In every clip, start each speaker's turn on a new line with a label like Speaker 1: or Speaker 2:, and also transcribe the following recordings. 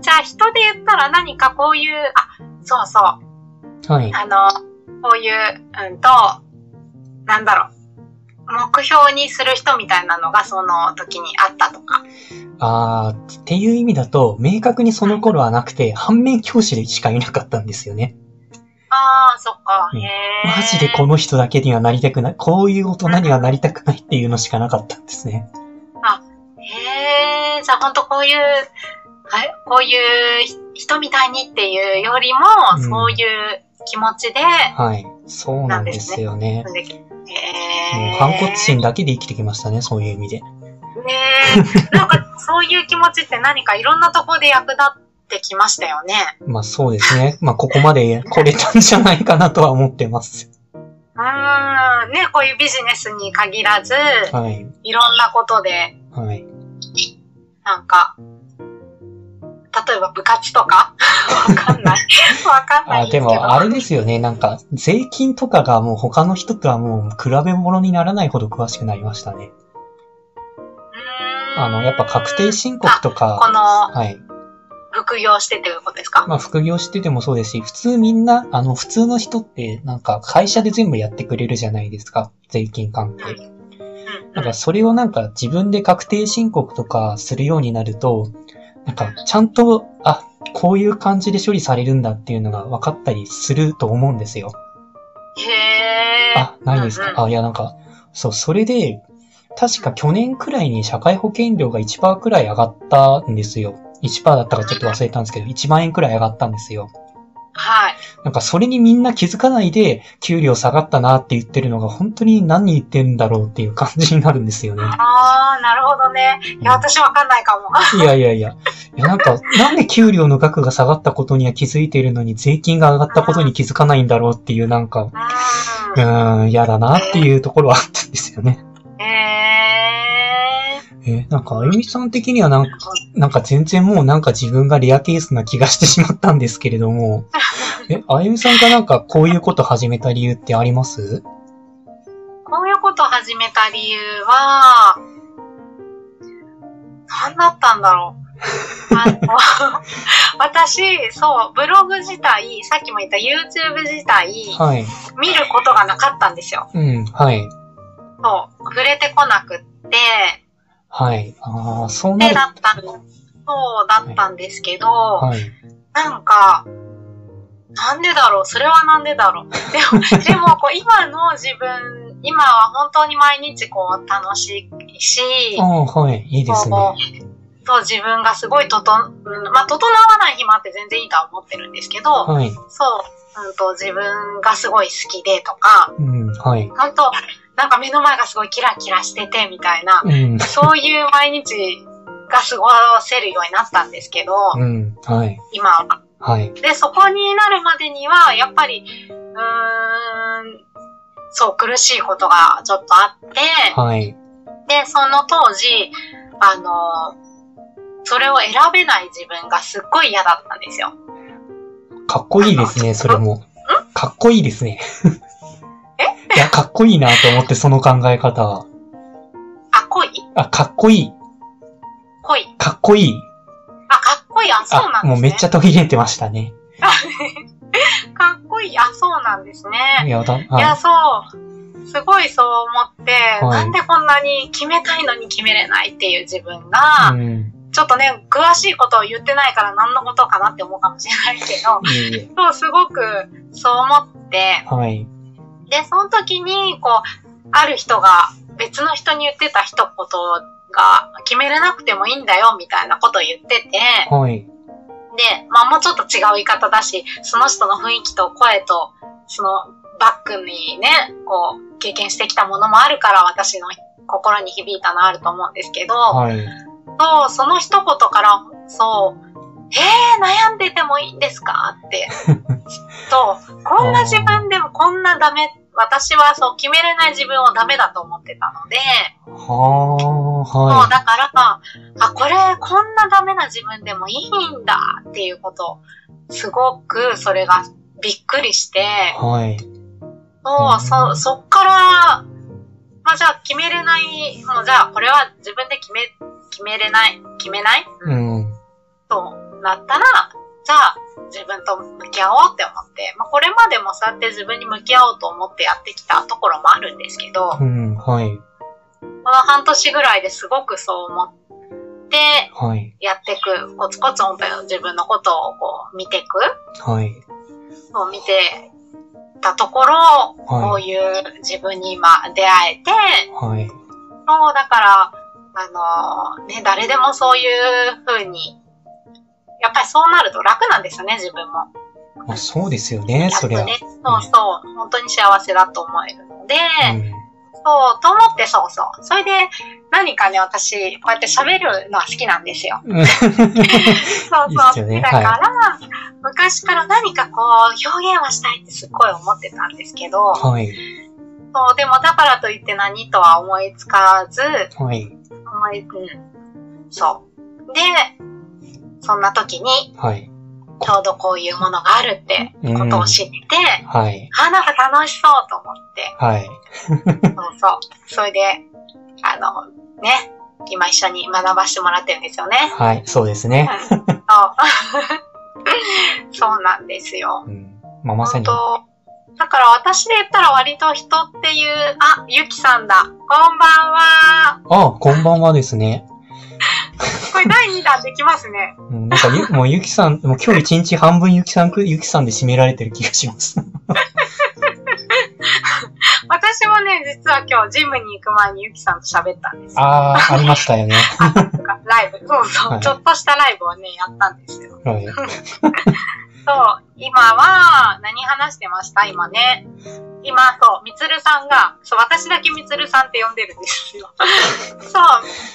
Speaker 1: じゃあ人で言ったら何かこういう、あ、そうそう。
Speaker 2: はい。
Speaker 1: あの、こういう、うんと、なんだろう。目標にする人みたいなのがその時にあったとか。
Speaker 2: あー、っていう意味だと、明確にその頃はなくて、反面教師でしかいなかったんですよね。
Speaker 1: ああ、そっか。
Speaker 2: う
Speaker 1: へ
Speaker 2: ん
Speaker 1: え。
Speaker 2: マジでこの人だけにはなりたくない、こういう大人にはなりたくないっていうのしかなかったんですね。
Speaker 1: へえ、じゃあ本当こういう、はい、こういうひ人みたいにっていうよりも、
Speaker 2: うん
Speaker 1: そういう気持ちで、
Speaker 2: はい。そうなんですよね。
Speaker 1: なんでへ
Speaker 2: も
Speaker 1: え。
Speaker 2: う反骨心だけで生きてきましたね、そういう意味で。
Speaker 1: ねえ。なんかそういう気持ちって何かいろんなとこで役立ってきましたよね。
Speaker 2: まあそうですね。まあここまで来れたんじゃないかなとは思ってます。
Speaker 1: うーん。ね、こういうビジネスに限らず、
Speaker 2: はい。
Speaker 1: いろんなことで、
Speaker 2: はい。
Speaker 1: なんか、例えば部活と かわかんない。わかんない
Speaker 2: あ、
Speaker 1: ですけ
Speaker 2: で
Speaker 1: ど。
Speaker 2: もあれですよね。なんか税金とかがもう他の人とはもう比べ物にならないほど詳しくなりましたね。
Speaker 1: うーん
Speaker 2: あの、やっぱ確定申告と
Speaker 1: こ
Speaker 2: か、
Speaker 1: の、
Speaker 2: はい。
Speaker 1: 副業してということですか、
Speaker 2: まあ副業しててもそうですし、普通みんな、あの普通の人ってなんか会社で全部やってくれるじゃないですか。税金関係。
Speaker 1: うん
Speaker 2: なんかそれをなんか自分で確定申告とかするようになると、なんかちゃんと、あ、こういう感じで処理されるんだっていうのが分かったりすると思うんですよ。
Speaker 1: へー。
Speaker 2: あ、ないです
Speaker 1: うんうん
Speaker 2: か。あ、いやなんか、そう、それで、確か去年くらいに社会保険料が1%くらい上がったんですよ。1%だったかちょっと忘れたんですけど、1万円くらい上がったんですよ。
Speaker 1: はい。
Speaker 2: なんかそれにみんな気づかないで、給料下がったなって言ってるのが本当に何言ってるんだろうっていう感じになるんですよね。
Speaker 1: あー、なるほどね。いや、私わかんないかも。
Speaker 2: いやいやいや。いやなんか、なんで給料の額が下がったことには気づいてるのに、税金が上がったことに気づかないんだろうっていう、なんか、う
Speaker 1: う
Speaker 2: ーん、嫌だなっていうところはあったんですよね。
Speaker 1: ん。へー。
Speaker 2: えーなんか、あゆみさん的にはなんか、
Speaker 1: なるほど
Speaker 2: なんか全然もうなんか自分がレアケースな気がしてしまったんですけれども、え、あゆみさんがなんかこういうこと始めた理由ってあります
Speaker 1: こういうことを始めた理由は、何だったんだろう。あの、 私、そう、ブログ自体、さっきも言った YouTube 自体、
Speaker 2: はい。
Speaker 1: 見ることがなかったんですよ。
Speaker 2: うん、はい。
Speaker 1: そう、触れてこなくって、
Speaker 2: はい。ああ、そう
Speaker 1: で、
Speaker 2: なる。
Speaker 1: だったん、そうだったんですけど、
Speaker 2: はい。
Speaker 1: なんか、なんでだろうそれはなんでだろうで も、でもこう今の自分、今は本当に毎日こう楽しいし、
Speaker 2: ああ、はい。いいですね。
Speaker 1: こうそう、自分がすごいとと、うん、まあ、整わない日もあって全然いいとは思ってるんですけど、
Speaker 2: はい。
Speaker 1: そう、うんと、自分がすごい好きでとか、
Speaker 2: うん、はい。
Speaker 1: 本当なんか目の前がすごいキラキラしててみたいな、
Speaker 2: うん、
Speaker 1: そういう毎日が過ごせるようになったんですけど、
Speaker 2: うん、はい。
Speaker 1: 今は。
Speaker 2: はい。
Speaker 1: で、そこになるまでには、やっぱり、うーん、そう、苦しいことがちょっとあって、
Speaker 2: はい。
Speaker 1: で、その当時、あの、それを選べない自分がすっごい嫌だったんですよ。
Speaker 2: かっこいいですね、それも。かっこいいですね。 いや、かっこいいなと思って、その考え方は。
Speaker 1: あ、恋
Speaker 2: あ、かっこいい。
Speaker 1: 恋
Speaker 2: かっこいい。
Speaker 1: あ、かっこいい。あ、そうなんです
Speaker 2: あ、
Speaker 1: ね。
Speaker 2: もうめっちゃ途切れてましたね。
Speaker 1: かっこいい。あ、そうなんです
Speaker 2: い
Speaker 1: ね。
Speaker 2: や、だ、
Speaker 1: いや、
Speaker 2: は
Speaker 1: そう。すごいそう思って、
Speaker 2: は
Speaker 1: な
Speaker 2: い
Speaker 1: んでこんなに決めたいのに決めれないっていう自分
Speaker 2: い。う
Speaker 1: が、
Speaker 2: ん。
Speaker 1: ちょっとね、詳しいことを言ってないから何のことかなって思うかもしれないけど、
Speaker 2: いえいえ。
Speaker 1: そう、すごくそう思って、
Speaker 2: はい。
Speaker 1: で、その時に、こう、ある人が別の人に言ってた一言が決めれなくてもいいんだよ、みたいなことを言ってて、
Speaker 2: はい。
Speaker 1: で、まあもうちょっと違う言い方だし、その人の雰囲気と声と、そのバックにね、こう、経験してきたものもあるから私の心に響いたのあると思うんですけど、
Speaker 2: はい。
Speaker 1: そう、その一言から、そう、えー、悩んでてもいいんですか って。そう、こんな自分でもこんなダメ、私はそう決めれない自分をダメだと思ってたので、
Speaker 2: はあ、
Speaker 1: そう
Speaker 2: は
Speaker 1: だから、あ、これ、こんなダメな自分でもいいんだっていうこと、すごくそれがびっくりして、
Speaker 2: い。はい。
Speaker 1: そうう、
Speaker 2: ん
Speaker 1: そ、そっから、まあじゃあ決めれない、もうじゃあこれは自分で決め、決めれない、決めない、
Speaker 2: うん。
Speaker 1: そう。になったら、じゃあ自分と向き合おうって思って、まあ、これまでもそうやって自分に向き合おうと思ってやってきたところもあるんですけど、こ
Speaker 2: うん、はい、
Speaker 1: の半年ぐらいですごくそう思って
Speaker 2: はい、
Speaker 1: やっていく、コツコツ本当に自分のことをこう見ていく、
Speaker 2: はい、
Speaker 1: を見てたところ、こ
Speaker 2: は
Speaker 1: う
Speaker 2: い、
Speaker 1: いう自分に今出会えて、
Speaker 2: はい、
Speaker 1: そう、だから、あのーね、誰でもそういう風に、やっぱりそうなると楽なんですよね、自分も。
Speaker 2: まあ、そうですよね、
Speaker 1: やっ
Speaker 2: そ
Speaker 1: と
Speaker 2: りゃ。
Speaker 1: ね、そうそう、本当に幸せだと思えるので、
Speaker 2: うん
Speaker 1: そう、と思ってそうそう。それで、何かね、私、こうやって喋るのは好きなんですよ。
Speaker 2: うん
Speaker 1: そう
Speaker 2: いいっす
Speaker 1: そう、
Speaker 2: よね
Speaker 1: 好きだから、昔から何かこう、表現はしたいってすっごい思ってたんですけど、そ
Speaker 2: はい、
Speaker 1: う、でもだからといって何とは思いつかず、
Speaker 2: はい、
Speaker 1: 思い、うん。そう。で、そんな時に、
Speaker 2: はい、
Speaker 1: ちょうどこういうものがあるってことを知って、
Speaker 2: はい、
Speaker 1: あ、なんか楽しそうと思 って、
Speaker 2: はい、
Speaker 1: そうそう。それで、あの、ね、今一緒に学ばしてもらってるんですよね。
Speaker 2: はい、そうですね。
Speaker 1: そう。 そうなんですよ。
Speaker 2: うん、まあ、まさ
Speaker 1: 本
Speaker 2: に。
Speaker 1: 当だから私で言ったら割と人っていう、あ、ゆきさんだ。こんばんは。
Speaker 2: あ、こんばんはですね。
Speaker 1: これ第2弾できますね。
Speaker 2: うんな んかゆ、もうゆきさん、もう今日一日半分ゆきさんく、ゆきさんで締められてる気がします。
Speaker 1: 私もね、実は今日ジムに行く前にゆきさんと喋ったんですよ。
Speaker 2: あー、ありましたよね。
Speaker 1: なんかライブ、そうそう、
Speaker 2: はい
Speaker 1: ちょっとしたライブをね、やったんですよ。
Speaker 2: はい。
Speaker 1: そう、今は、何話してました今ね。今、そう、みつるさんが、そう、私だけみつるさんって呼んでるんです よ。そう、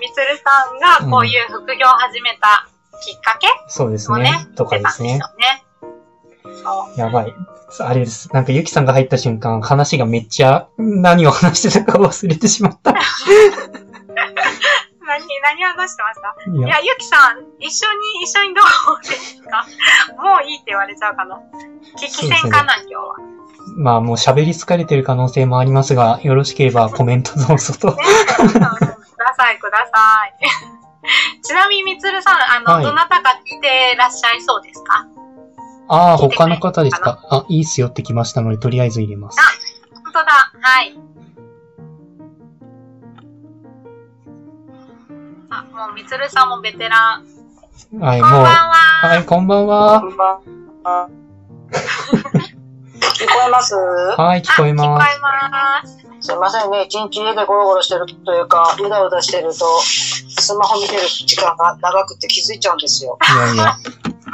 Speaker 1: みつるさんがこういう副業を始めたきっかけ
Speaker 2: そうです
Speaker 1: をね、
Speaker 2: ね。とか
Speaker 1: 出
Speaker 2: で
Speaker 1: たんです
Speaker 2: す
Speaker 1: よ
Speaker 2: ね
Speaker 1: ね。。そう。
Speaker 2: やばい。あれです。なんかゆきさんが入った瞬間、話がめっちゃ、何を話してたか忘れてしまった。
Speaker 1: 何、何話してました
Speaker 2: い
Speaker 1: い
Speaker 2: や、
Speaker 1: や、ゆきさん、一緒に、一緒にどうですか もういいって言われちゃうかな。危機戦かな、今日は。
Speaker 2: まあもう喋り疲れてる可能性もありますが、よろしければコメントどうぞ と。
Speaker 1: ください、ください。 ちなみに、みつるさん、あの、
Speaker 2: はい
Speaker 1: どなたか聞いてらっしゃいそうですか
Speaker 2: ああ、他の方ですか。あ、いいっすよって来ましたので、とりあえず入れます。
Speaker 1: 本当だ、はい。あ、もう、みつるさんもベテラン。
Speaker 2: は
Speaker 1: こ
Speaker 2: い、
Speaker 1: ん
Speaker 2: も
Speaker 1: ばん
Speaker 2: う。
Speaker 1: は。
Speaker 2: はい、こんばんは。
Speaker 3: んばんは。聞こえます
Speaker 2: はい、聞こえま
Speaker 1: あ
Speaker 2: す。
Speaker 1: 聞こえます。
Speaker 3: すいませんね。一日家でゴロゴロしてるというか、うだうだしてると、スマホ見てる時間が長くて気づいちゃうんですよ。
Speaker 2: いやいや。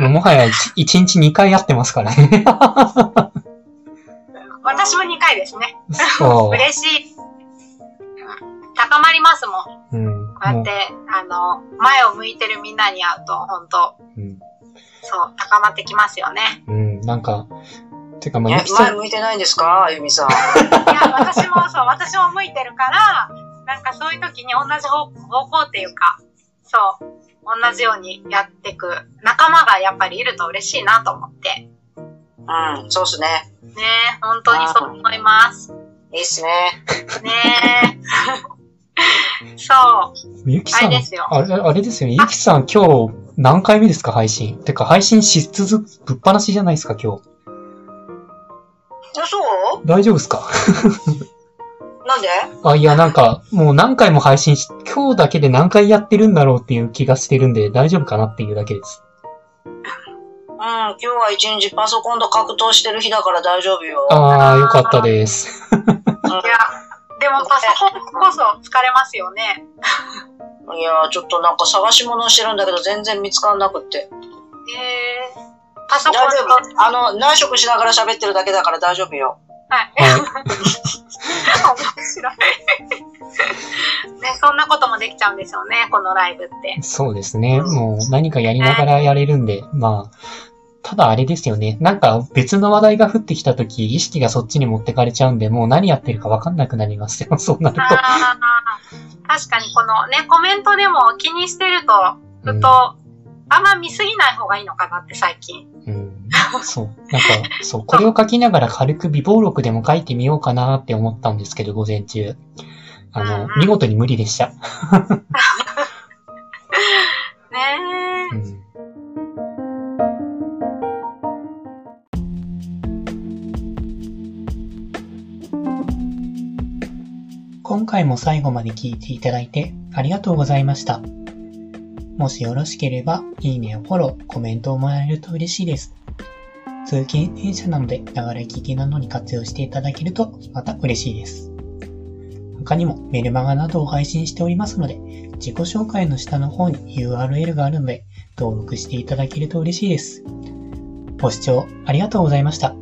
Speaker 2: もうもはや一一日2回会ってますか らね。
Speaker 1: 私も2回ですね。
Speaker 2: そ
Speaker 1: 嬉しい。高まりますもん。
Speaker 2: う。うん。
Speaker 1: こうや
Speaker 2: も
Speaker 1: って、あの、前を向いてるみんなに会うと、本当
Speaker 2: う、うん。
Speaker 1: そう、高まってきますよね。
Speaker 2: うん、なんか、てかまあ、ゆ
Speaker 3: え
Speaker 2: き、さ
Speaker 3: 前
Speaker 2: ん、
Speaker 3: 向いてないんですかあゆみさん。
Speaker 1: いや、私もそう、私も向いてるから、なんかそういう時に同じ方方向っていうか、そう、同じようにやっていく仲間がやっぱりいると嬉しいなと思って。
Speaker 3: うん、そうっすね。
Speaker 1: ねえ本当にそう思います。
Speaker 3: いいっすね。
Speaker 1: ね えそう、
Speaker 2: ゆきさ
Speaker 1: あ
Speaker 2: ん
Speaker 1: れですよ、
Speaker 2: あれ、あれですよね。ゆきさん、今日、何回目ですか、配信。てか、配信し続く、ぶっ放しじゃないですか、今日。
Speaker 3: そう
Speaker 2: 大丈夫ですか
Speaker 3: なんで
Speaker 2: あ、いや、なんか、もう何回も配信し、今日だけで何回やってるんだろうっていう気がしてるんで、大丈夫かなっていうだけです。
Speaker 3: うん、今日は一日パソコンと格闘してる日だから大丈夫よ。
Speaker 2: あー、よかったです。
Speaker 1: いや、でもパソコンこそ疲れますよね。
Speaker 3: うんいやー、ちょっとなんか探し物をしてるんだけど全然見つからなくっ
Speaker 1: え
Speaker 3: て。
Speaker 1: ー、パソコ
Speaker 3: 大
Speaker 1: ンと
Speaker 3: 丈、夫。あの、内職しながら喋ってるだけだから大丈夫よ。
Speaker 1: はい。
Speaker 2: は
Speaker 1: 面白い。ね、そんなこともできちゃうんですよね、このライブって
Speaker 2: い。。そうですね。もう何かやりながらやれるんで、まあ、ただあれですよね。なんか別の話題が降ってきたとき、意識がそっちに持ってかれちゃうんで、もう何やってるかわかんなくなりますよ。 そうなると。
Speaker 1: ああ、確かにこのね、コメントでも気にしてると、ずっと、あんま見すぎない方がいいのかなって最近。
Speaker 2: うんそう。なんか、そう、これを書きながら軽く微暴録でも書いてみようかなって思ったんですけど、午前中。あ
Speaker 1: う
Speaker 2: の
Speaker 1: んう、ん
Speaker 2: 見事に無理でした。
Speaker 1: ねえ
Speaker 2: うん今回も最後まで聞いていただいてありがとうございました。もしよろしければ、いいねやフォロー、コメントをもらえると嬉しいです。通勤電車なので、流れ聞きなどに活用していただけると、また嬉しいです。他にもメルマガなどを配信しておりますので、自己紹介の下の方に URL があるので、登録していただけると嬉しいです。ご視聴ありがとうございました。